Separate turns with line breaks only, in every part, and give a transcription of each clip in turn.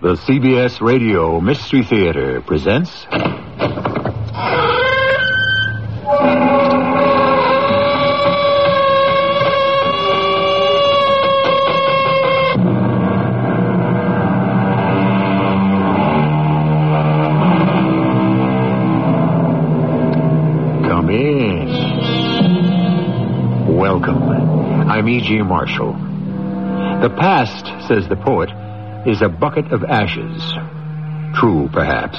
The CBS Radio Mystery Theater presents. Come in. Welcome. I'm E.G. Marshall. The past, says the poet, is a bucket of ashes. True, perhaps.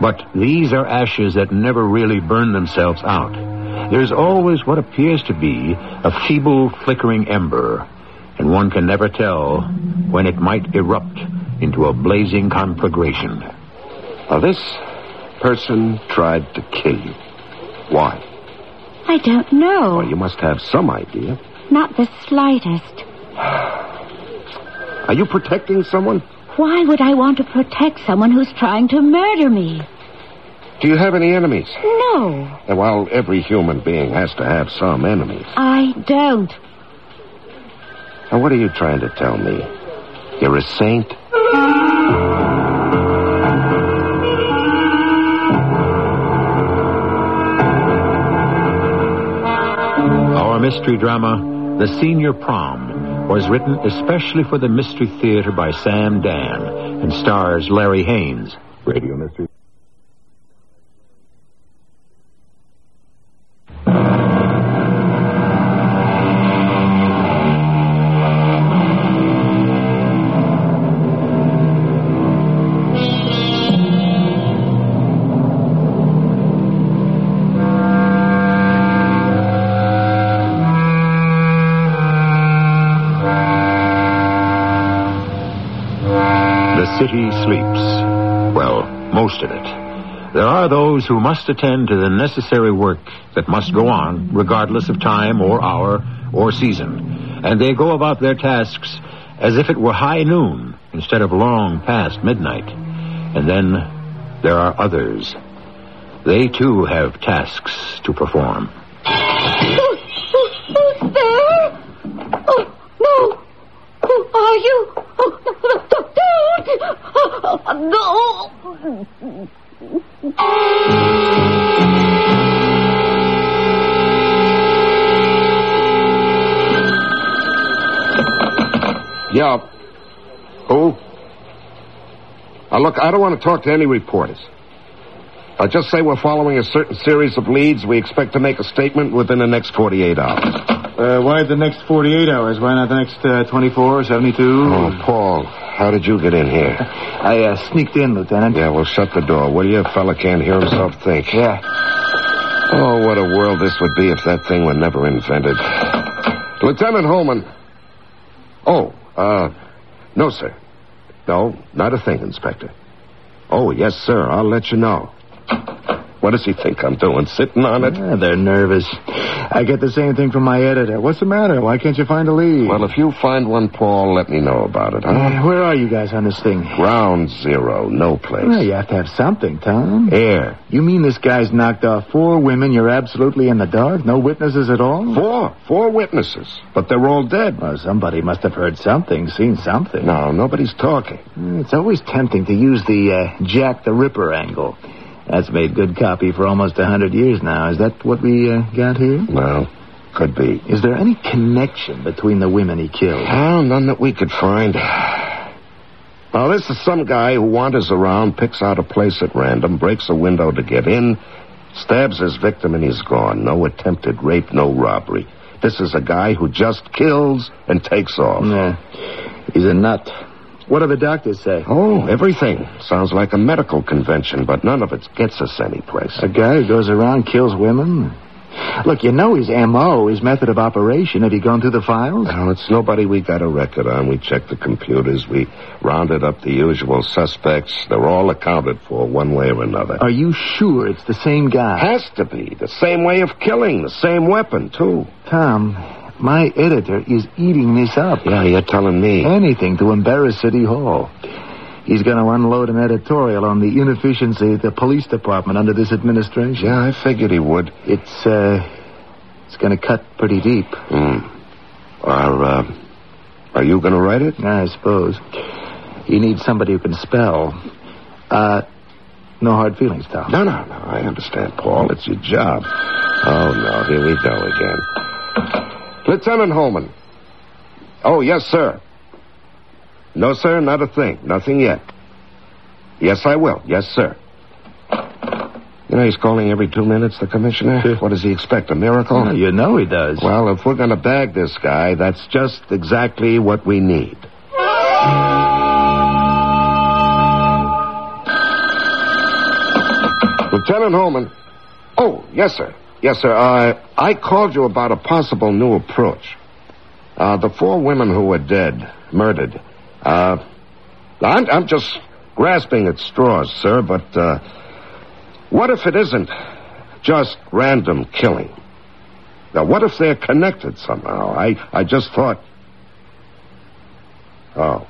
But these are ashes that never really burn themselves out. There's always what appears to be a feeble, flickering ember, and one can never tell when it might erupt into a blazing conflagration.
Now, this person tried to kill you. Why?
I don't know.
Well, you must have some idea.
Not the slightest.
Are you protecting someone?
Why would I want to protect someone who's trying to murder me?
Do you have any enemies?
No,
And while every human being has to have some enemies.
I don't.
Now, what are you trying to tell me? You're a saint?
Our mystery drama, The Senior Prom, was written especially for the Mystery Theater by Sam Dan and stars Larry Haynes. Radio Mystery. The city sleeps. Well, most of it. There are those who must attend to the necessary work that must go on, regardless of time or hour or season. And they go about their tasks as if it were high noon instead of long past midnight. And then there are others. They too have tasks to perform.
Who, who, who's there? Oh, no. Who are you? Oh, no, no, don't. don't. Oh, oh, no.
Yeah. Who? Now, look, I don't want to talk to any reporters. I just say we're following a certain series of leads. We expect to make a statement within the next 48 hours.
Uh, why the next 48 hours? Why not the next uh, 24, 72?
Oh, Paul, how did you get in here?
I uh, sneaked in, Lieutenant.
Yeah, well, shut the door, will you? A fella can't hear himself think.
Yeah.
Oh, what a world this would be if that thing were never invented. Lieutenant Holman. Oh, uh, no, sir. No, not a thing, Inspector. Oh, yes, sir. I'll let you know. What does he think I'm doing? Sitting on it?
Ah, they're nervous. I get the same thing from my editor. What's the matter? Why can't you find a lead?
Well, if you find one, Paul, let me know about it, huh?
Uh, where are you guys on this thing?
Ground zero, no place.
Well, you have to have something, Tom.
Air.
You mean this guy's knocked off four women? You're absolutely in the dark? No witnesses at all?
Four. Four witnesses. But they're all dead.
Well, somebody must have heard something, seen something. Uh,
No, nobody's talking.
It's always tempting to use the uh, Jack the Ripper angle. That's made good copy for almost a hundred years now. Is that what we uh, got here?
Well, could be.
Is there any connection between the women he killed?
Well, none that we could find. Now, this is some guy who wanders around, picks out a place at random, breaks a window to get in, stabs his victim, and he's gone. No attempted rape, no robbery. This is a guy who just kills and takes off.
Nah, he's a nut. What do the doctors say?
Oh, everything. Sounds like a medical convention, but none of it gets us anyplace.
A guy who goes around kills women. Look, you know his M.O., his method of operation. Have you gone through the files?
Well, it's nobody we got a record on. We checked the computers. We rounded up the usual suspects. They're all accounted for one way or another.
Are you sure it's the same guy?
Has to be. The same way of killing, the same weapon, too.
Tom, my editor is eating this up.
Yeah, you're telling me.
Anything to embarrass City Hall. He's going to unload an editorial on the inefficiency of the police department under this administration.
Yeah, I figured he would.
It's, uh, it's going to cut pretty deep,
Are, uh, are you going to write it?
I suppose. You need somebody who can spell. Uh, no hard feelings, Tom.
No, no, no. I understand, Paul. It's your job. Oh, no. Here we go again. Lieutenant Holman. Oh, yes, sir. No, sir, not a thing. Nothing yet. Yes, I will. Yes, sir. You know, he's calling every two minutes, the commissioner. What does he expect? A miracle?
Oh, you know he does.
Well, if we're going to bag this guy, that's just exactly what we need. Lieutenant Holman. Oh, yes, sir. Yes, sir. Uh, I called you about a possible new approach. Uh, the four women who were dead, murdered. Uh, I'm, I'm just grasping at straws, sir, but uh, what if it isn't just random killing? Now, what if they're connected somehow? I, I just thought. Oh.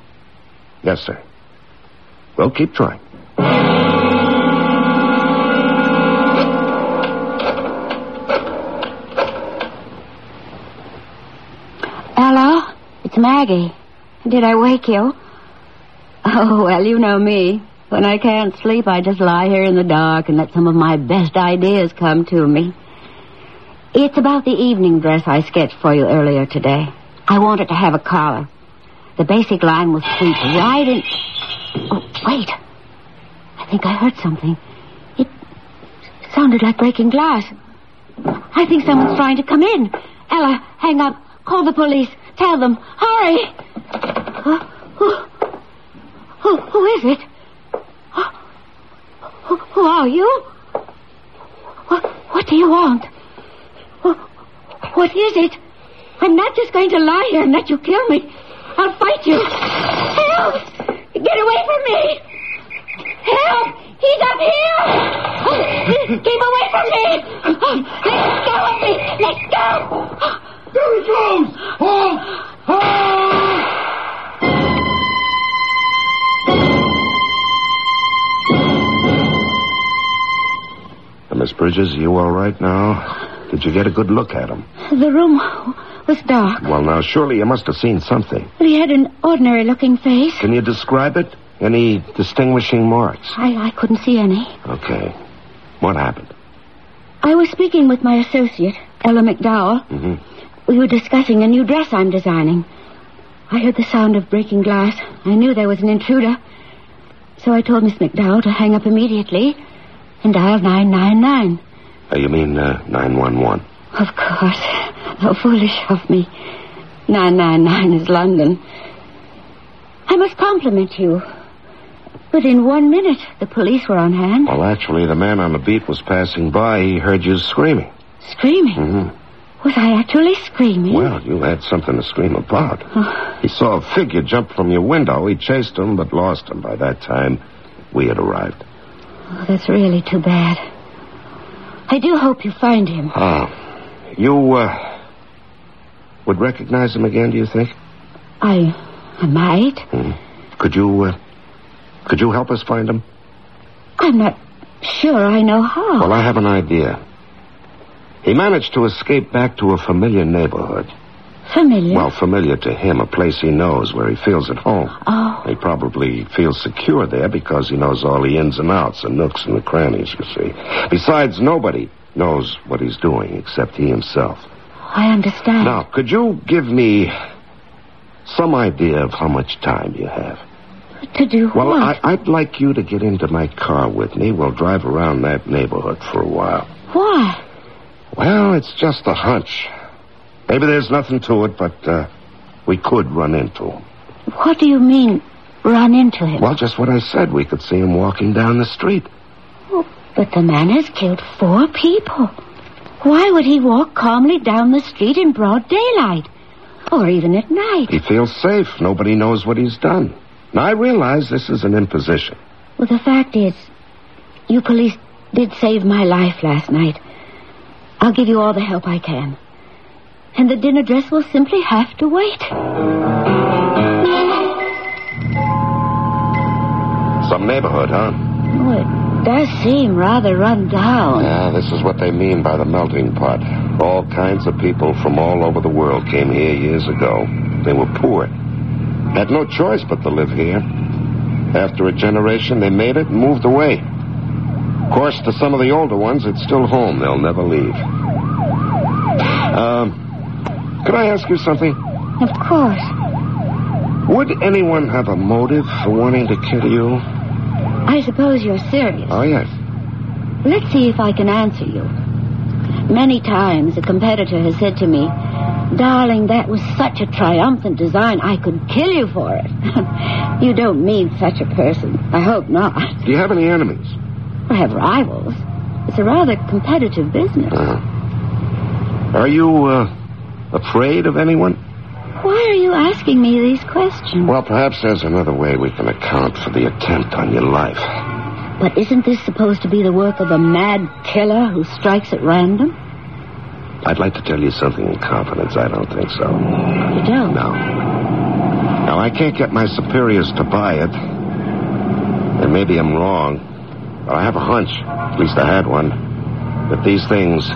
Yes, sir. We'll keep trying.
Hello? It's Maggie. Did I wake you? Oh, well, you know me. When I can't sleep, I just lie here in the dark and let some of my best ideas come to me. It's about the evening dress I sketched for you earlier today. I wanted to have a collar. The basic line was sweet right in. Oh, wait. I think I heard something. It sounded like breaking glass. I think someone's trying to come in. Ella, hang up. Call the police. Tell them. Hurry. Huh? Who, who, who is it? Huh? Who, who are you? What, what do you want? Wha- What is it? I'm not just going to lie here and let you kill me. I'll fight you. Help! Get away from me! Help! He's up here! Keep away from me! Let go of me! Let go!
There he goes! Halt! Miss Bridges, are you all right now? Did you get a good look at him?
The room was dark.
Well, now, surely you must have seen something.
He had an ordinary looking face.
Can you describe it? Any distinguishing marks?
I, I couldn't see any.
Okay. What happened?
I was speaking with my associate, Ella McDowell.
Mhm.
We were discussing a new dress I'm designing. I heard the sound of breaking glass. I knew there was an intruder. So I told Miss McDowell to hang up immediately and dial 999.
Uh, you mean uh, 911?
Of course. How foolish of me. 999 is London. I must compliment you. Within one minute, the police were on hand,
Well, actually, the man on the beat was passing by. He heard you screaming.
screaming.
Mhm.
Was I actually screaming?
Well, you had something to scream about. He saw a figure jump from your window. He chased him, but lost him. By that time, we had arrived.
Oh, that's really too bad. I do hope you find him.
Ah. You, uh, would recognize him again, do you think?
I, I might.
Hmm. Could you, uh, could you help us find him?
I'm not sure I know how.
Well, I have an idea. He managed to escape back to a familiar neighborhood.
Familiar.
Well, familiar to him, a place he knows where he feels at home.
oh,
He probably feels secure there because he knows all the ins and outs, the nooks and the crannies, you see. Besides, nobody knows what he's doing except he himself.
I understand.
Now, could you give me some idea of how much time you have?
To do
Well,
what?
I, I'd like you to get into my car with me. We'll drive around that neighborhood for a while.
Why?
Well, it's just a hunch. Maybe there's nothing to it, but uh, we could run into him.
What do you mean, run into him?
Well, just what I said. We could see him walking down the street.
Oh, But the man has killed four people. Why would he walk calmly down the street in broad daylight? Or even at night?
He feels safe. Nobody knows what he's done. Now, I realize this is an imposition.
Well, the fact is, you police did save my life last night. I'll give you all the help I can. And the dinner dress will simply have to wait.
Some neighborhood, huh?
Oh, it does seem rather run down.
Yeah, this is what they mean by the melting pot. All kinds of people from all over the world came here years ago. They were poor. Had no choice but to live here. After a generation, they made it and moved away. Of course, to some of the older ones, it's still home. They'll never leave. Um, could I ask you something?
Of course.
Would anyone have a motive for wanting to kill you?
I suppose you're serious.
Oh, yes.
Let's see if I can answer you. Many times a competitor has said to me, Darling, that was such a triumphant design, I could kill you for it. you don't mean such a person. I hope not.
Do you have any enemies?
I have rivals. It's a rather competitive business.
Are you, uh, afraid of anyone?
Why are you asking me these questions?
Well, perhaps there's another way we can account for the attempt on your life.
But isn't this supposed to be the work of a mad killer who strikes at random?
I'd like to tell you something in confidence. I don't think so. No.
You don't.
Now, I can't get my superiors to buy it. And maybe I'm wrong, but I have a hunch, at least I had one, that these things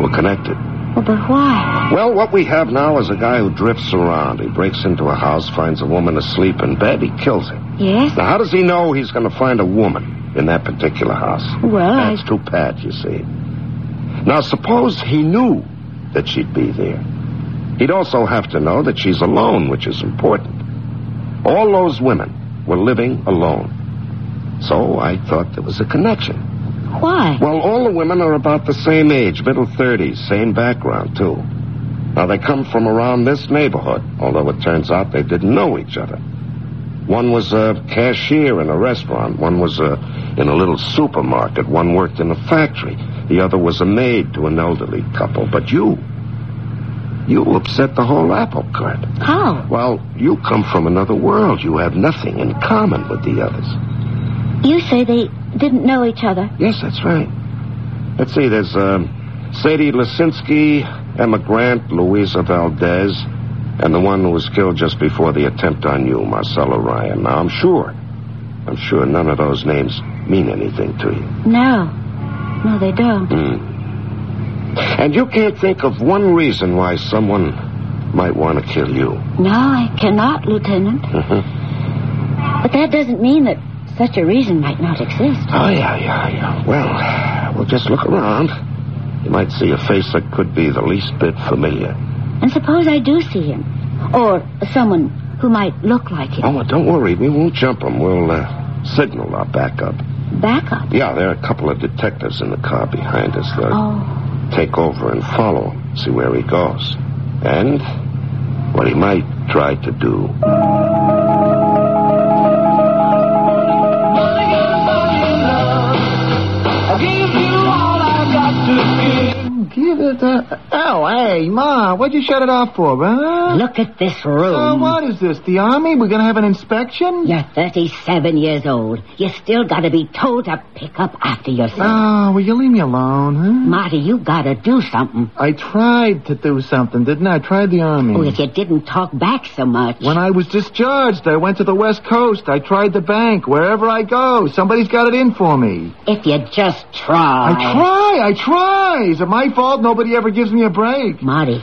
were connected.
Well, but why?
Well, what we have now is a guy who drifts around. He breaks into a house, finds a woman asleep in bed, he kills her.
Yes?
Now, how does he know he's going to find a woman in that particular house?
Well, I-
That's too bad, you see. Now, suppose he knew that she'd be there. He'd also have to know that she's alone, which is important. All those women were living alone. So I thought there was a connection.
Why?
Well, all the women are about the same age, middle 30s, same background, too. Now, they come from around this neighborhood, although it turns out they didn't know each other. One was a cashier in a restaurant, one was uh, in a little supermarket, one worked in a factory, the other was a maid to an elderly couple. But you, you upset the whole apple cart.
How?
Well, you come from another world. You have nothing in common with the others.
You say they didn't know each other.
Yes, that's right. Let's see, there's um, Sadie Lisinski, Emma Grant, Louisa Valdez, and the one who was killed just before the attempt on you, Marcella Ryan. Now, I'm sure, I'm sure none of those names mean anything to you.
No. No, they don't.
Mm. And you can't think of one reason why someone might want to kill you.
No, I cannot, Lieutenant.
Mm-hmm.
But that doesn't mean that such a reason might not exist.
Oh, yeah, yeah, yeah. Well, well, just look around. You might see a face that could be the least bit familiar.
And suppose I do see him. Or someone who might look like him.
Oh, well, don't worry. We won't jump them. We'll uh, signal our backup.
Back up.
Yeah, there are a couple of detectives in the car behind us. They'll
Oh,
take over and follow him, see where he goes. And what he might try to do.
Give it a... Oh, hey, Ma, what'd you shut it off for, huh?
look at this
Uh,
room.
what is this, the Army? We're going to have an inspection?
You're 37 years old. You still gotta be told to pick up after yourself.
Oh, will you leave me alone, huh?
Marty, you gotta do something.
I tried to do something, didn't I? I tried the Army.
Oh, if you didn't talk back so much.
Hmm. When I was discharged, I went to the West Coast. I tried the bank. Wherever I go, somebody's got it in for me.
If you just try.
I try. I try. Is it my fault nobody ever gives me a break?
Marty,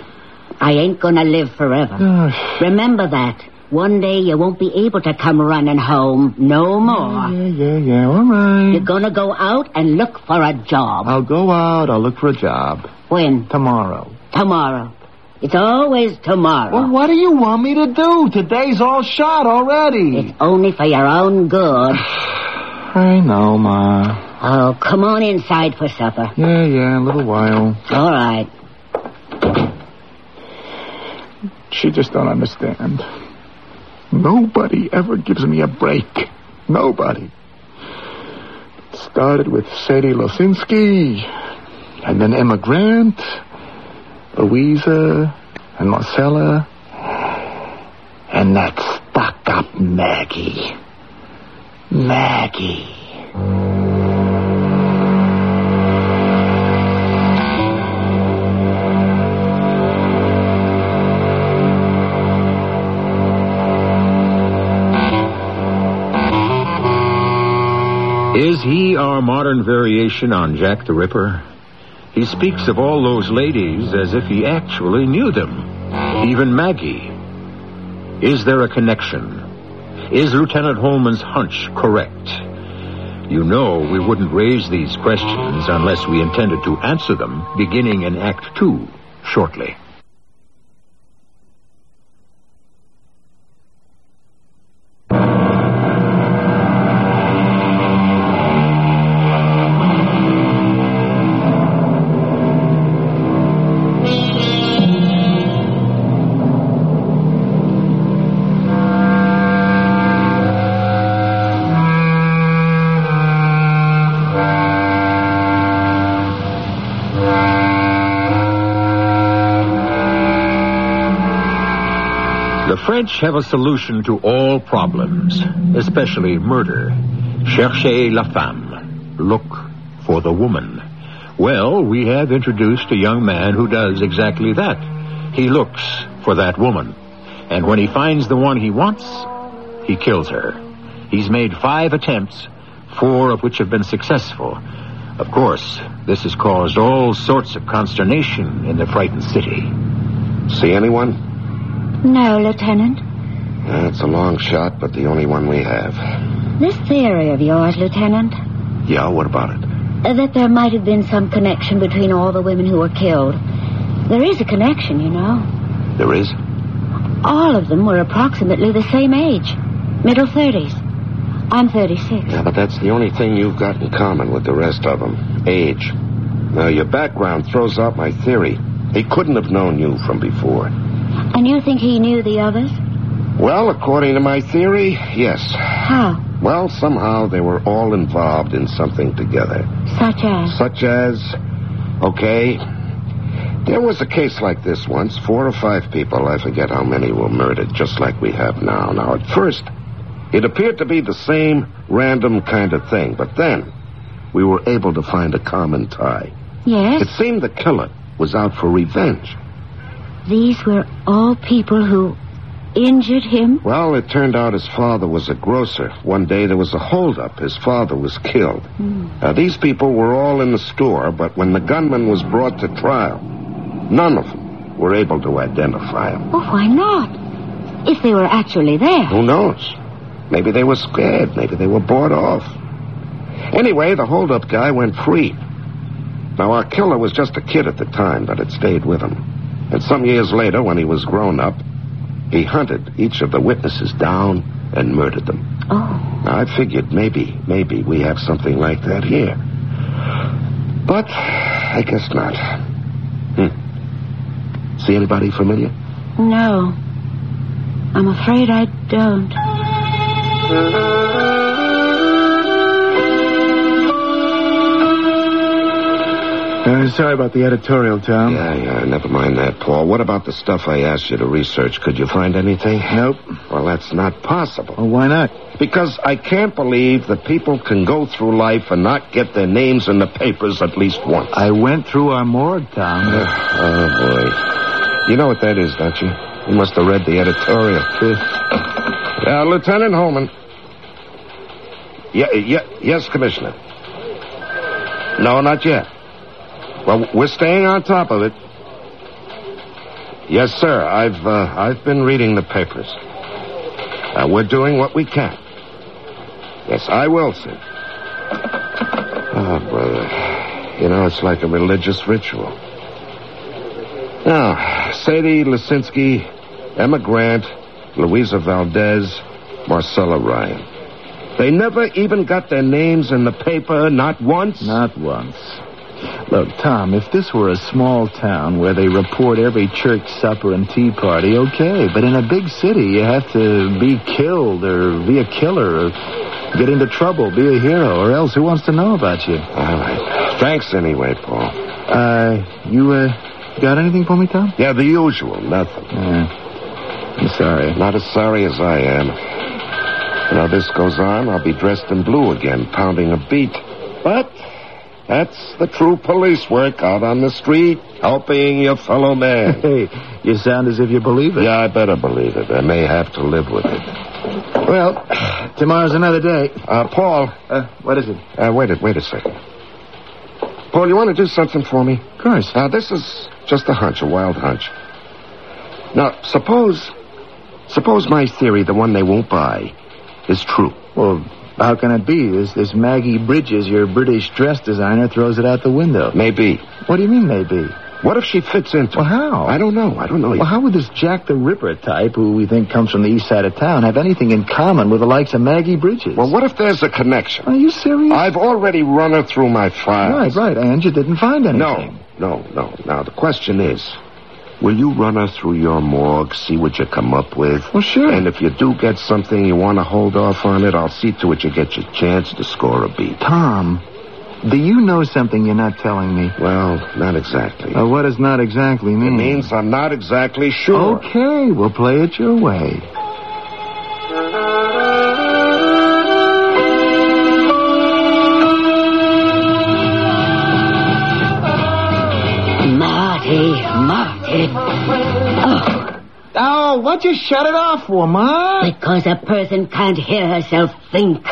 I ain't gonna live forever.
Ugh.
Remember that. One day you won't be able to come running home no more.
yeah, yeah, yeah. All right.
You're gonna go out and look for a job.
I'll go out. I'll look for a job
When?
tomorrow.
Tomorrow. It's always
Well,
tomorrow.
what do you want me to do? Today's all shot already.
It's only for your own good.
I know, Ma.
Oh, come on inside for supper.
Yeah, yeah. A little while.
All right.
She just don't understand. Nobody ever gives me a break. Nobody. Started with Sadie Losinski, and then Emma Grant, Louisa, and Marcella, and that stuck-up Maggie. Maggie.
Is he our modern variation on Jack the Ripper? He speaks of all those ladies as if he actually knew them, even Maggie. Is there a connection? Is Lieutenant Holman's hunch correct? You know we wouldn't raise these questions unless we intended to answer them beginning in Act Two shortly. French have a solution to all problems, especially murder. Cherchez la femme. Look for the woman. Well, we have introduced a young man who does exactly that. He looks for that woman. And when he finds the one he wants, he kills her. He's made five attempts, four of which have been successful. Of course, this has caused all sorts of consternation in the frightened city.
See anyone?
No, Lieutenant.
That's a long shot, but the only one we have.
This theory of yours, Lieutenant,
Yeah, what about it?
uh, that there might have been some connection between all the women who were killed. There is a connection, you know.
There is?
All of them were approximately the same age middle 30s. I'm 36.
Yeah, but that's the only thing you've got in common with the rest of them age. Now, your background throws out my theory. He couldn't have known you from before.
And you think he knew the others?
Well, according to my theory, yes.
How?
Well, somehow they were all involved in something together.
Such as?
Such as, okay, there was a case like this once. Four or five people, I forget how many, were murdered, just like we have now. Now, at first, it appeared to be the same random kind of thing, but then we were able to find a common tie.
Yes.
It seemed the killer was out for revenge.
These were all people who injured him?
Well, it turned out his father was a grocer. One day there was a holdup. His father was killed. Now, these people were all in the store, but when the gunman was brought to trial, none of them were able to identify him.
Oh, why not? If they were actually there.
Who knows? Maybe they were scared. Maybe they were bought off. Anyway, the holdup guy went free. Now, our killer was just a kid at the time, but it stayed with him. And some years later, when he was grown up, he hunted each of the witnesses down and murdered them.
Oh,
Now, I figured maybe, maybe we have something like that here. But I guess not. Hmm. See anybody familiar?
no. I'm afraid I don't.
Uh, sorry about the editorial, Tom.
Yeah, yeah, never mind that, Paul. What about the stuff I asked you to research? Could you find anything?
Nope.
Well, that's not possible.
Well, why not?
Because I can't believe that people can go through life and not get their names in the papers at least once.
I went through our morgue, Tom.
Oh, boy. You know what that is, don't you? You must have read the editorial. Uh, Lieutenant Holman. Yeah, yeah, yes, Commissioner. No, not yet. Well, we're staying on top of it. Yes, sir. I've uh, I've been reading the papers. Uh, we're doing what we can. Yes, I will, sir. Oh, brother. You know, it's like a religious ritual. Now, Sadie Lisinski, Emma Grant, Louisa Valdez, Marcella Ryan. They never even got their names in the paper, not once.
Not once. Look, Tom, if this were a small town where they report every church supper and tea party, okay. But in a big city, you have to be killed or be a killer or get into trouble, be a hero, or else who wants to know about you?
All right. Thanks anyway, Paul.
Uh, you, uh, got anything for me, Tom?
Yeah, the usual, nothing.
Yeah. I'm sorry.
Not as sorry as I am. Now this goes on, I'll be dressed in blue again, pounding a beat. But that's the true police work out on the street, helping your fellow man.
Hey, you sound as if you believe it.
Yeah, I better believe it. I may have to live with it. Well,
Tomorrow's another day.
uh, Paul,
Uh, what is it?
uh, wait a wait a second. Paul, you want to do something for me?
Of course.
Now, Ah, this is just a hunch, a wild hunch. Now, suppose, suppose my theory, the one they won't buy, is true.
Well, how can it be? This, this Maggie Bridges, your British dress designer, throws it out the window.
Maybe.
What do you mean, maybe?
What if she fits into
Well, how?
I don't know. I don't know.
Well, how would this Jack the Ripper type, who we think comes from the east side of town, have anything in common with the likes of Maggie Bridges?
Well, what if there's a connection?
Are you serious?
I've already run her through my
Right,
files.
right. And you didn't find anything.
No, no, no. Now, the question is will you run her through your morgue, see what you come up with?
Well, sure.
And if you do get something you want to hold off on it, I'll see to it you get your chance to score a beat.
Tom, do you know something you're not telling me?
Well, not exactly.
Uh, what does not exactly
It
mean?
means I'm not exactly sure.
Okay, we'll play it your way.
Marty, Marty. Oh,
Oh, what'd you shut it off for, Ma?
because a person can't hear herself think.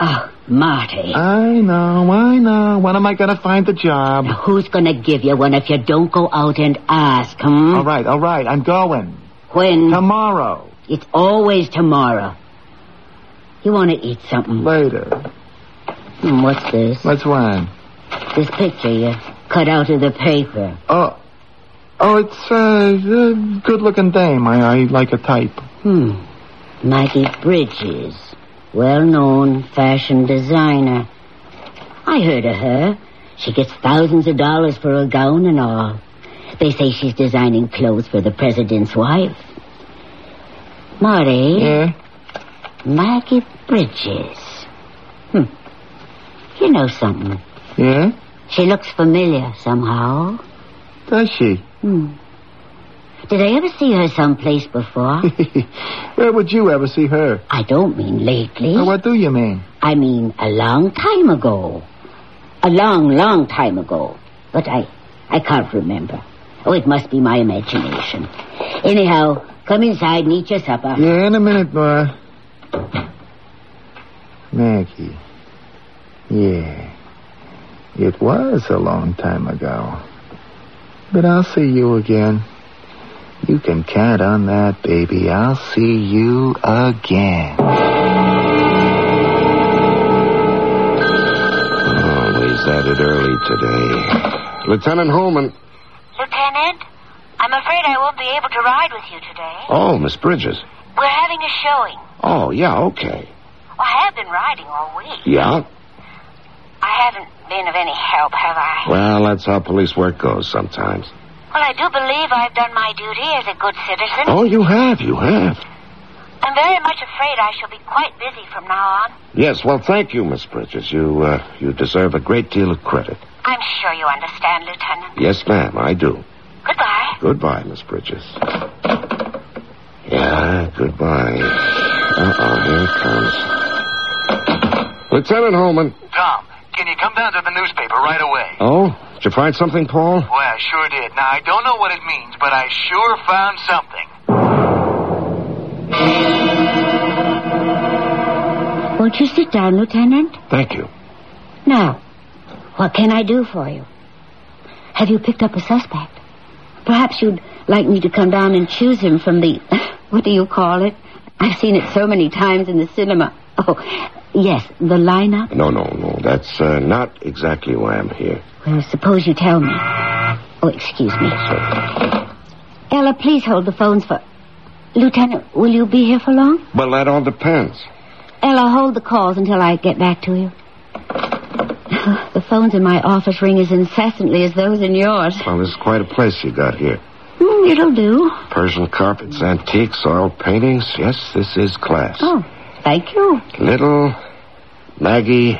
Oh, Marty.
I know, I know. When am I going to find the job?
Now, who's going to give you one if you don't go out and ask, hmm?
All right, all right. I'm going.
When?
Tomorrow.
It's always tomorrow. You want to eat something?
Later.
Hmm, What's this?
What's wrong?
This picture you cut out of the paper.
Oh. Oh, it's uh, a good-looking dame. I, I like a type.
Hmm. Maggie Bridges. Well known fashion designer. I heard of her. She gets thousands of dollars for a gown and all. They say she's designing clothes for the president's wife. Marty,
Yeah?
Maggie Bridges. Hmm. You know something.
Yeah?
She looks familiar somehow.
Does she?
Hmm. Did I ever see her someplace before?
Where would you ever see her?
I don't mean lately.
Or what do you mean?
I mean a long time ago. A long, long time ago. But I I can't remember. Oh, it must be my imagination. Anyhow, come inside and eat your supper.
Yeah, in a minute, boy. Maggie. Yeah. It was a long time ago. But I'll see you again. You can count on that, baby. I'll see you again.
Always at Oh, it early today. Lieutenant Holman.
Lieutenant, I'm afraid I won't be able to ride with you today.
Oh, Miss Bridges.
We're having a showing.
Oh, yeah, okay.
Well, I have been riding all week.
Yeah?
I haven't been of any help, have I?
Well, that's how police work goes sometimes.
Well, I do believe I've done my duty as a good citizen.
Oh, you have, you have.
I'm very much afraid I shall be quite busy from now on.
Yes, well, thank you, Miss Bridges. You, uh, you deserve a great deal of credit.
I'm sure you understand, Lieutenant.
Yes, ma'am, I do.
Goodbye.
Goodbye, Miss Bridges. Yeah, goodbye. Uh-oh, here it comes. Lieutenant Holman.
Tom, can you come down to the newspaper right away?
Oh, did you find something, Paul?
Well, I sure did. Now, I don't know what it means, but I sure found something.
Won't you sit down, Lieutenant?
Thank you.
Now, what can I do for you? Have you picked up a suspect? Perhaps you'd like me to come down and choose him from the. What do you call it? I've seen it so many times in the cinema. Oh, yes, the lineup.
No, no, no. That's uh, not exactly why I'm here.
Well, suppose you tell me. Oh, excuse me. Ella, please hold the phones for. Lieutenant, will you be here for long?
Well, that all depends.
Ella, hold the calls until I get back to you. The phones in my office ring as incessantly as those in yours.
Well, this is quite a place you got here.
Mm, it'll do.
Persian carpets, antiques, oil paintings. Yes, this is class.
Oh, thank you.
Little Maggie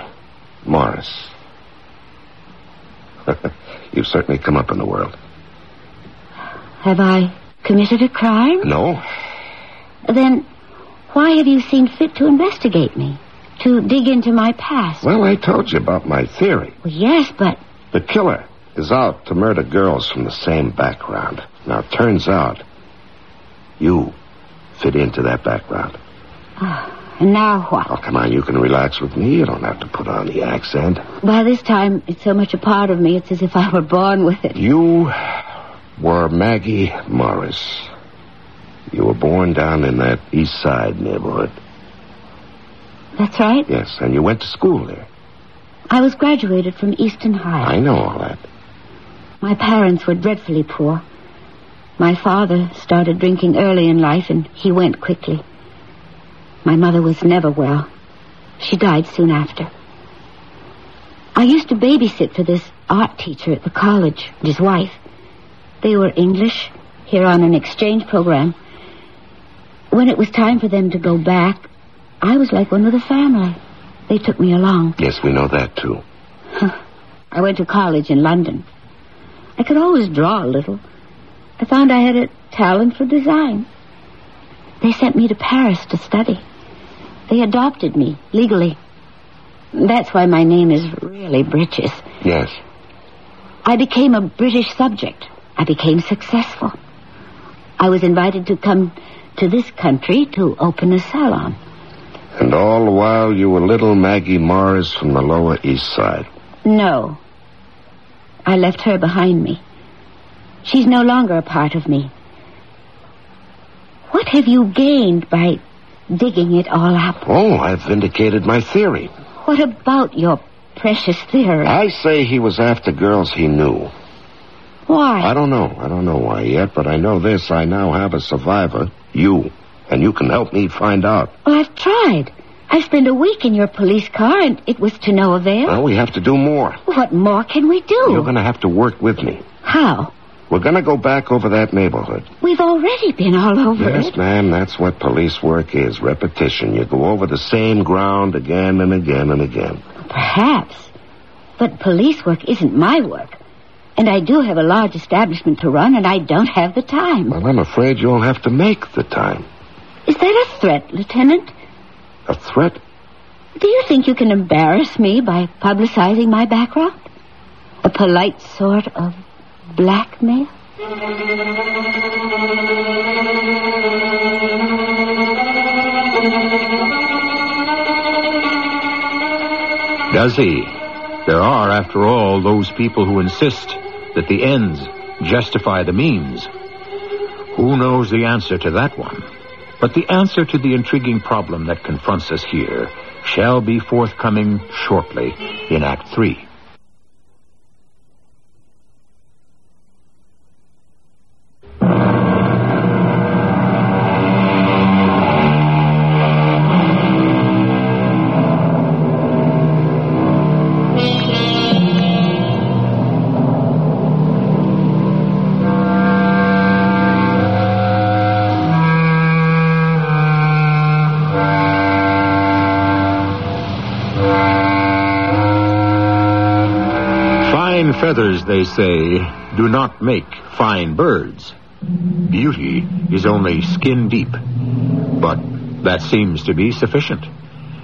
Morris. You've certainly come up in the world.
Have I committed a crime?
No?
Then why have you seen fit to investigate me? To dig into my past?
Well, I told you about my theory.
Well, yes, but
The killer is out to murder girls from the same background. Now, it turns out you fit into that background.
and now what?
Oh, come on, you can relax with me. You don't have to put on the accent.
By this time, it's so much a part of me, it's as if I were born with it.
You were Maggie Morris. You were born down in that East Side neighborhood.
That's right.
Yes, and you went to school there.
I was graduated from Easton High.
I know all that.
My parents were dreadfully poor. My father started drinking early in life, and he went quickly. My mother was never well. She died soon after. I used to babysit for this art teacher at the college and his wife. They were English, here on an exchange program. When it was time for them to go back, I was like one of the family. They took me along.
Yes, we know that, too.
I went to college in London. I could always draw a little. I found I had a talent for design. They sent me to Paris to study. They adopted me legally. That's why my name is really Bridges.
Yes.
I became a British subject. I became successful. I was invited to come to this country to open a salon.
And all the while, you were little Maggie Morris from the Lower East Side.
No. I left her behind me. She's no longer a part of me. What have you gained by digging it all up?
Oh, I've vindicated my theory.
What about your precious theory?
I say he was after girls he knew. I
Why?
don't know. I don't know why yet, but I know this. I now have a survivor, you. And you can help me find out.
Well, I've tried. I spent a week in your police car, and it was to no avail.
Now we have to do more.
What more can we do?
You're going to have to work with me.
How?
We're going to go back over that neighborhood.
We've already been all over
Yes,
it.
ma'am, that's what police work is repetition. You go over the same ground again and again and again.
Perhaps. But police work isn't my work. And I do have a large establishment to run, and I don't have the time.
Well, I'm afraid you'll have to make the time.
Is that a threat, Lieutenant?
A threat?
Do you think you can embarrass me by publicizing my background? A polite sort of blackmail?
Does he? There are, after all, those people who insist that the ends justify the means. Who knows the answer to that one? But the answer to the intriguing problem that confronts us here shall be forthcoming shortly in Act 3. Fine feathers, they say, do not make fine birds. Beauty is only skin deep. But that seems to be sufficient.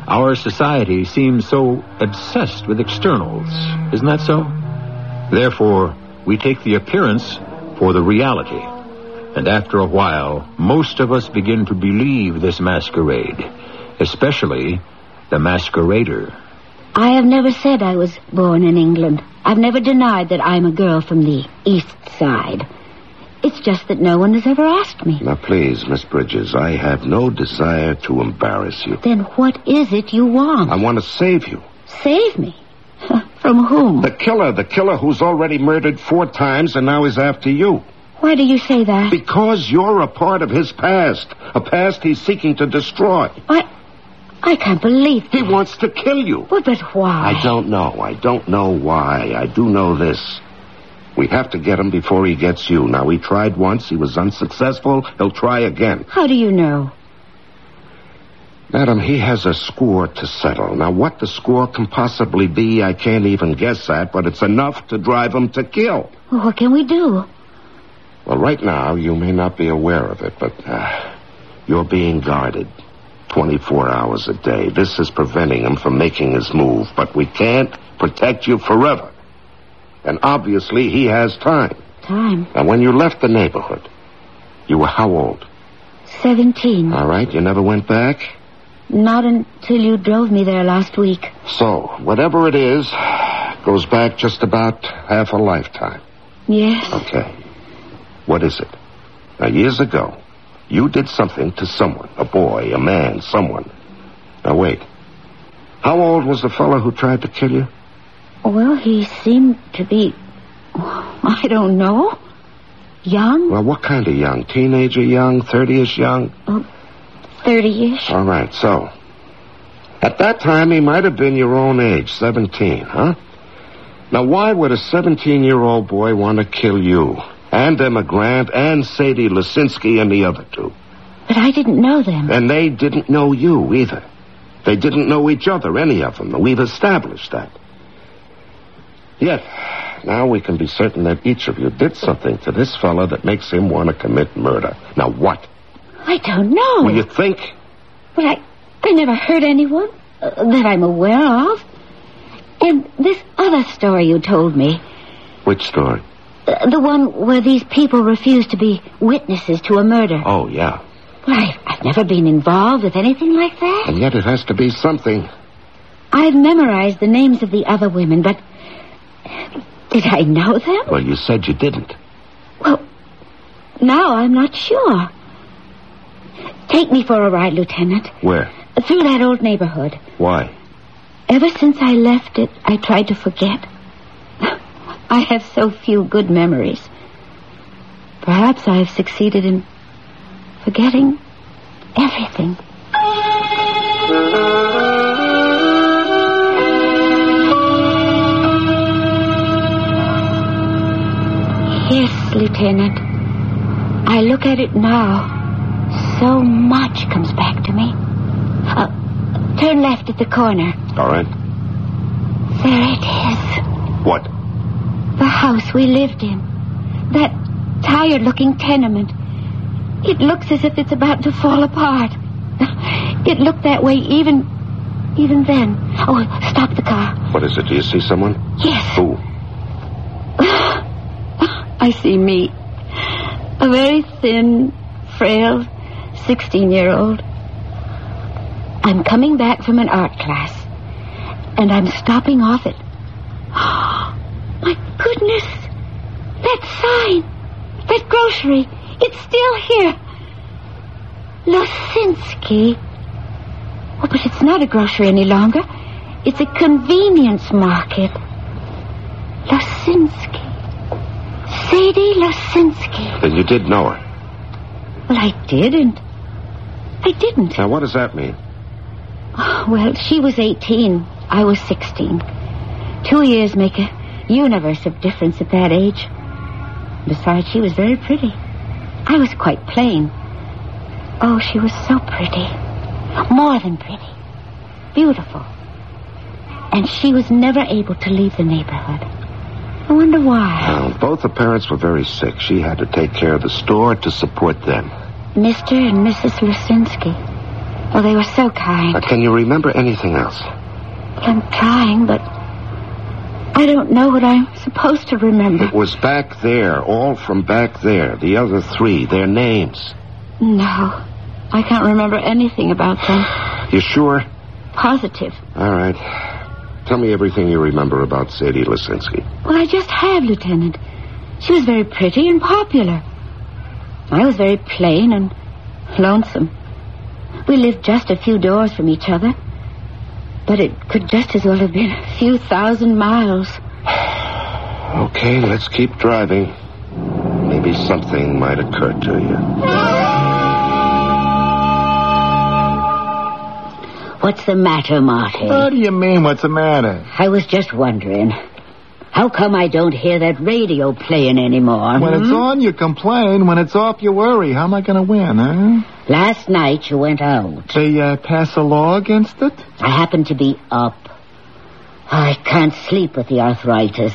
Our society seems so obsessed with externals, isn't that so? Therefore, we take the appearance for the reality. And after a while, most of us begin to believe this masquerade, especially the masquerader.
I have never said I was born in England. I've never denied that I'm a girl from the East Side. It's just that no one has ever asked me.
Now, please, Miss Bridges, I have no desire to embarrass you.
Then what is it you want?
I want to save you.
Save me. From whom?
The killer, the killer who's already murdered four times and now is after you.
Why do you say that?
Because you're a part of his past, a past he's seeking to destroy.
I. I can't believe.
He wants to kill you.
Well, but why?
I don't know. I don't know why. I do know this. We have to get him before he gets you. Now, he tried once. He was unsuccessful. He'll try again.
How do you know?
Madam, he has a score to settle. Now, what the score can possibly be, I can't even guess at, but it's enough to drive him to kill.
Well, what can we do?
Well, right now, you may not be aware of it, but uh, you're being guarded 24 hours a day. This is preventing him from making his move, but we can't protect you forever. And obviously, he has time.
Time.
Now, when you left the neighborhood, you were how old?
Seventeen.
All right, you never went back?
Not until you drove me there last week.
So, whatever it is, goes back just about half a lifetime.
Yes.
Okay. What is it? Now, years ago, you did something to someone a boy, a man, someone. Now, wait. How old was the fellow who tried to kill you?
Well, he seemed to be. I don't know. Young?
Well, what kind of young? Teenager young? 30 ish young?
30 ish?
All right, so. At that time, he might have been your own age, 17, huh? Now, why would a 17 year old boy want to kill you? And Emma Grant and Sadie Lisinski and the other two.
But I didn't know them.
And they didn't know you either. They didn't know each other, any of them. We've established that. Yet, now we can be certain that each of you did something to this fella that makes him want to commit murder. Now what?
I don't know.
Will you think?
But I, I never hurt anyone uh, that I'm aware of. And this other story you told me,
Which story?
uh, the one where these people refused to be witnesses to a murder.
Oh, yeah.
Well, I, I've never been involved with anything like that.
And yet it has to be something.
I've memorized the names of the other women, but did I know them?
Well, you said you didn't.
Well, now I'm not sure. Take me for a ride, Lieutenant,
Where?
through that old neighborhood.
Why?
Ever since I left it, I tried to forget. I have so few good memories. Perhaps I have succeeded in forgetting everything. Yes, Lieutenant. I look at it now. So much comes back to me. Uh, turn left at the corner.
All right.
There it is.
What?
The house we lived in. That tired looking tenement. It looks as if it's about to fall apart. It looked that way even even then. Oh, stop the car.
What is it? Do you see someone?
Yes.
Who?
I see me. A very thin, frail 16 year old. I'm coming back from an art class, and I'm stopping off at. My goodness! That sign! That grocery! It's still here! Losinski. Oh, but it's not a grocery any longer. It's a convenience market. Losinski. Sadie Losinski.
Then you did know her.
Well, I didn't. I didn't.
Now, what does that mean?
Well, she was 18. I was 16. Two years make a universe of difference at that age. Besides, she was very pretty. I was quite plain. Oh, she was so pretty. More than pretty. Beautiful. And she was never able to leave the neighborhood. I wonder why.
Now, both the parents were very sick. She had to take care of the store to support them.
Mr. and Mrs. Lusinski. Oh, they were so kind.
Now, can you remember anything else?
I'm trying, but I don't know what I'm supposed to remember.
It was back there, all from back there. The other three, their names.
No, I can't remember anything about them.
You sure?
Positive.
All right. Tell me everything you remember about Sadie Lisinski.
Well, I just have, Lieutenant. She was very pretty and popular. I was very plain and lonesome. We lived just a few doors from each other, but it could just as well have been a few thousand miles.
Okay, let's keep driving. Maybe something might occur to you.
What's the matter, Marty?
What do you mean? What's the matter?
I was just wondering. How come I don't hear that radio playing anymore? Hmm?
When it's on, you complain. When it's off, you worry. How am I going to win, huh?
Last night you went out.
They uh, pass a law against it?
I happened to be up. I can't sleep with the arthritis.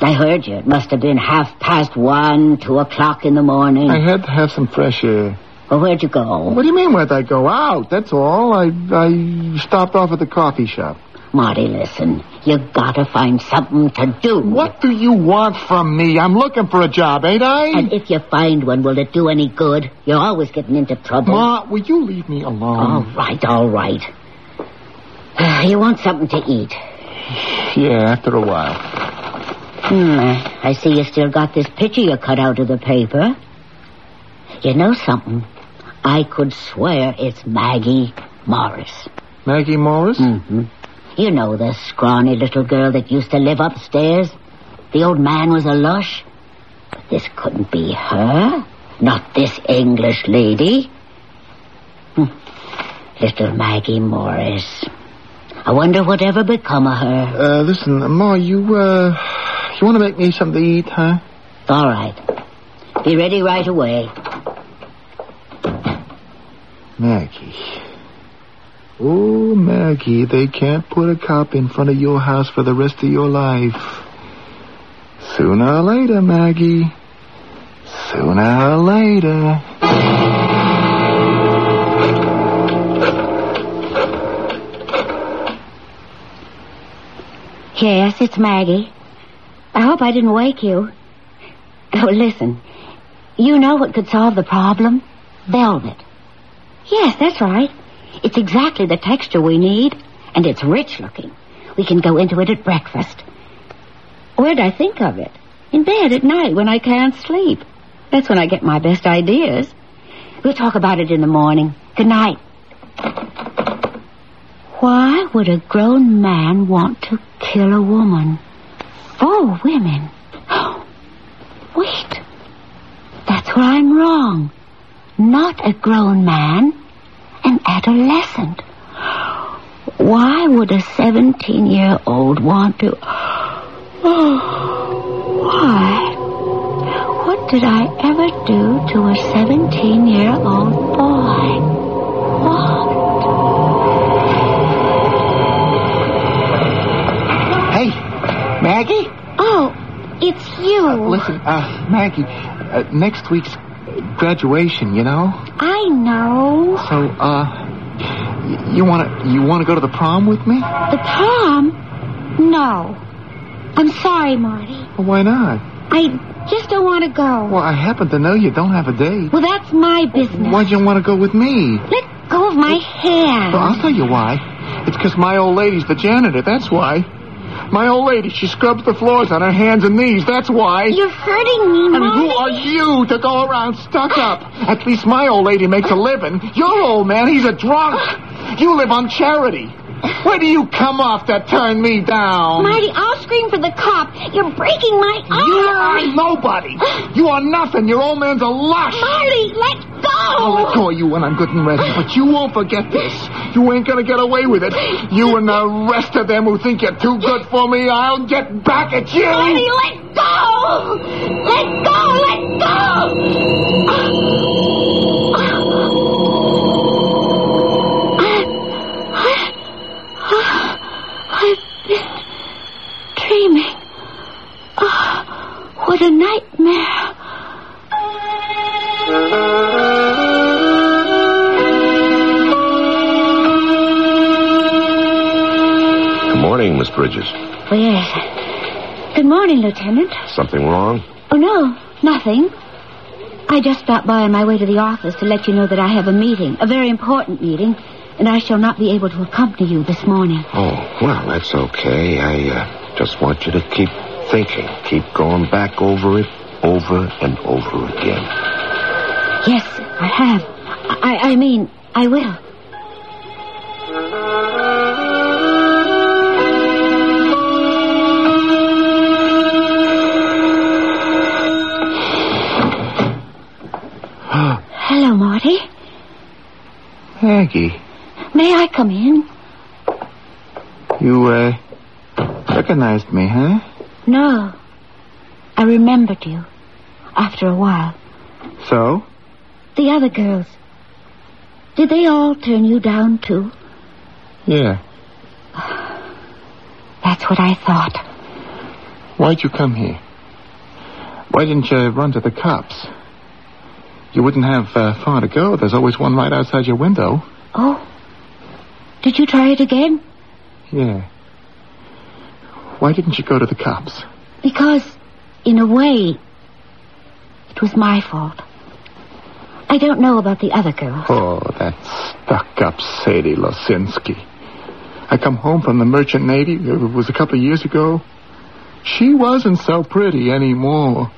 I heard you. It must have been half past one, two o'clock in the morning.
I had to have some fresh air.
Well, where'd you go?
What do you mean, where'd I go out? That's all. I, I stopped off at the coffee shop.
Marty, listen. You gotta find something to do.
What do you want from me? I'm looking for a job, ain't I?
And if you find one, will it do any good? You're always getting into trouble.
Ma, will you leave me
All
alone?
right, all right. Ah, you want something to eat?
Oh, Yeah, after a while.
Hmm, I see you still got this picture you cut out of the paper. You know something? I could swear it's Maggie Morris.
Maggie Morris?
Mm-hmm.
You know the scrawny little girl that used to live upstairs? The old man was a lush. But this couldn't be her. Not this English lady. Hm. Little Maggie Morris. I wonder whatever become of her.
Uh, listen, Ma, you, uh, you want to make me something to eat, huh?
All right. Be ready right away.
Maggie. Oh, Maggie, they can't put a cop in front of your house for the rest of your life. Sooner or later, Maggie. Sooner or later.
Yes, it's Maggie. I hope I didn't wake you. Oh, listen. You know what could solve the problem? Velvet. Yes, that's right. It's exactly the texture we need, and it's rich looking. We can go into it at breakfast. Where'd I think of it? In bed at night when I can't sleep. That's when I get my best ideas. We'll talk about it in the morning. Good night. Why would a grown man want to kill a woman? Four women. Wait. That's where I'm wrong. Not a grown man, an adolescent. Why would a 17 year old want to. Oh, why? What did I ever do to a 17 year old boy? What?
Hey, Maggie?
Oh, it's you.
Listen, uh, Maggie, uh, next week's graduation, you know?
I know.
So, uh, y- you want to you wanna go to the prom with me?
The prom? No. I'm sorry, Marty.
Well, why not?
I just don't want to go.
Well, I happen to know you don't have a date.
Well, that's my business.
Why do you want to go with me?
Let go of my hair.
Well, I'll tell you why. It's because my old lady's the janitor. That's why. My old lady, she scrubs the floors on her hands and knees. That's why.
You're hurting me,
and
Marty.
who are you to go around stuck up? At least my old lady makes a living. Your old man, he's a drunk. You live on charity. Where do you come off to turn me down?
Marty, I'll scream for the cop. You're breaking my
you
arm.
are nobody. You are nothing. Your old man's a lush.
Marty, let go.
I'll let go of you when I'm good and ready, but you won't forget this. You ain't gonna get away with it. You and the rest of them who think you're too good for me, I'll get back at you.
Marty, let go. Let go. Let go. I've been dreaming. Oh, what a nightmare.
Good morning, Miss Bridges.
Well, yes. Good morning, Lieutenant.
Something wrong?
Oh, no, nothing. I just stopped by on my way to the office to let you know that I have a meeting, a very important meeting, and I shall not be able to accompany you this morning.
Oh, well, that's okay. I uh, just want you to keep thinking, keep going back over it over and over again.
Yes, I have. I, I mean, I will. Hello, Marty.
Maggie,
May I come in?
you, uh, recognized me, huh?
No. I remembered you. After a while.
So?
The other girls. Did they all turn you down, too?
Yeah.
That's what I thought.
Why'd you come here? Why didn't you run to the cops? You wouldn't have uh, far to go. There's always one right outside your window.
Oh. Did you try it again?
Yeah. Why didn't you go to the cops?
Because, in a way, it was my fault. I don't know about the other girls.
Oh, that stuck up Sadie Losinski. I come home from the Merchant Navy. It was a couple of years ago. She wasn't so pretty anymore.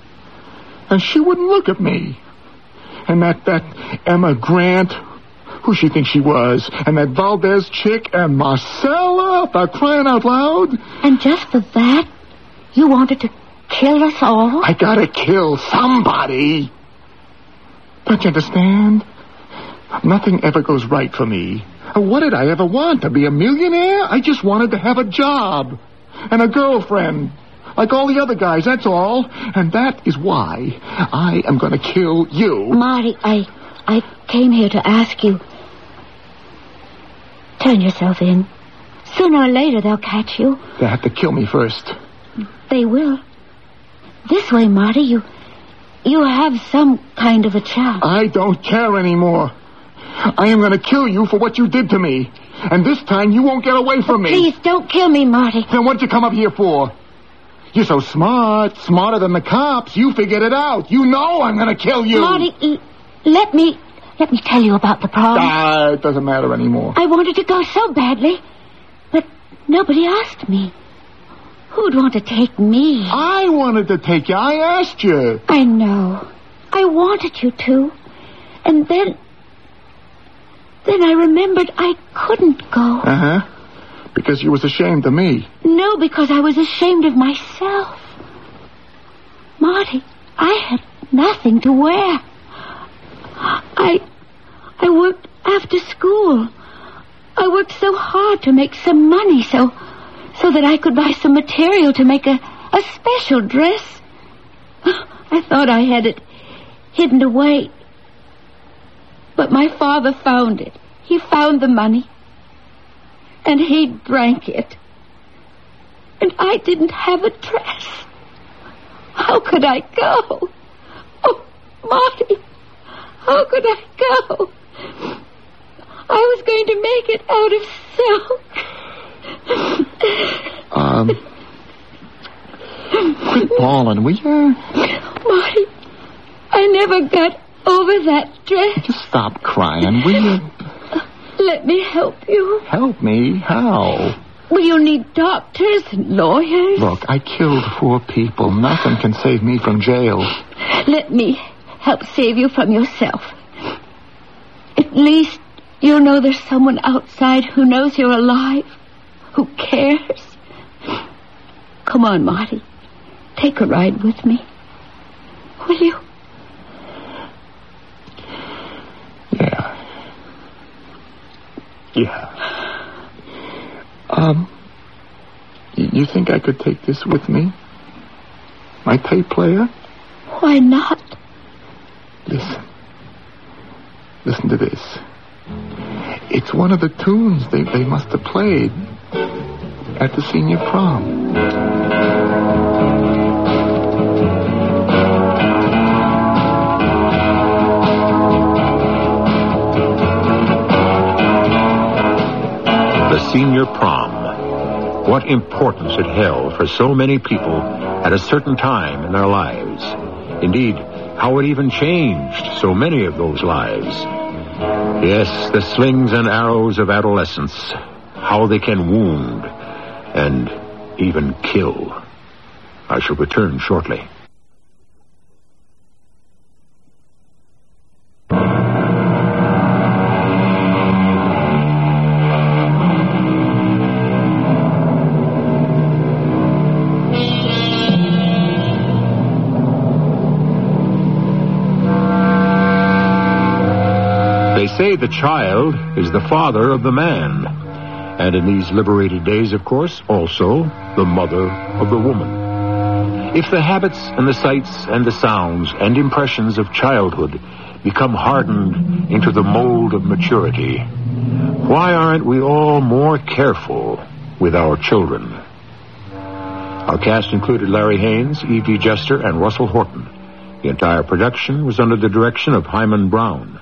And she wouldn't look at me. And that, that Emma Grant, who she thinks she was, and that Valdez chick and Marcella, for crying out loud.
And just for that, you wanted to kill us all?
I gotta kill somebody. Don't you understand? Nothing ever goes right for me. What did I ever want? To be a millionaire? I just wanted to have a job and a girlfriend. Like all the other guys, that's all. And that is why I am going to kill you.
Marty, I, I came here to ask you. Turn yourself in. Sooner or later, they'll catch you.
They have to kill me first.
They will. This way, Marty, you, you have some kind of a chance.
I don't care anymore. I am going to kill you for what you did to me. And this time you won't get away from me.
Please don't kill me, Marty.
Then what'd you come up here for? You're so smart, smarter than the cops. You figured it out. You know I'm going to kill you.
Marty, l- let me, let me tell you about the problem.
Ah, it doesn't matter anymore.
I wanted to go so badly, but nobody asked me. Who'd want to take me?
I wanted to take you. I asked you.
I know. I wanted you to. And then. Then I remembered I couldn't go.
Uh huh. Because you was ashamed of me.
No, because I was ashamed of myself. Marty, I had nothing to wear. I. I worked after school. I worked so hard to make some money so. so that I could buy some material to make a, a special dress. I thought I had it hidden away. But my father found it. He found the money. And he drank it. And I didn't have a dress. How could I go? Oh, Marty, how could I go? I was going to make it out of silk.
Um. Quit bawling, will you?
Marty, I never got over that dress.
Just stop crying, will you?
Let me help you.
Help me. How?
Well, you'll need doctors and lawyers.
Look, I killed four people. Nothing can save me from jail.
Let me help save you from yourself. At least you'll know there's someone outside who knows you're alive, who cares. Come on, Marty. Take a ride with me. Will you?
Yeah. Yeah. Um, y- you think I could take this with me? My tape player?
Why not?
Listen. Listen to this. It's one of the tunes they, they must have played at the senior prom.
The senior prom. What importance it held for so many people at a certain time in their lives. Indeed, how it even changed so many of those lives. Yes, the slings and arrows of adolescence, how they can wound and even kill. I shall return shortly. They say the child is the father of the man. And in these liberated days, of course, also the mother of the woman. If the habits and the sights and the sounds and impressions of childhood become hardened into the mold of maturity, why aren't we all more careful with our children? Our cast included Larry Haynes, E E.G. Jester, and Russell Horton. The entire production was under the direction of Hyman Brown.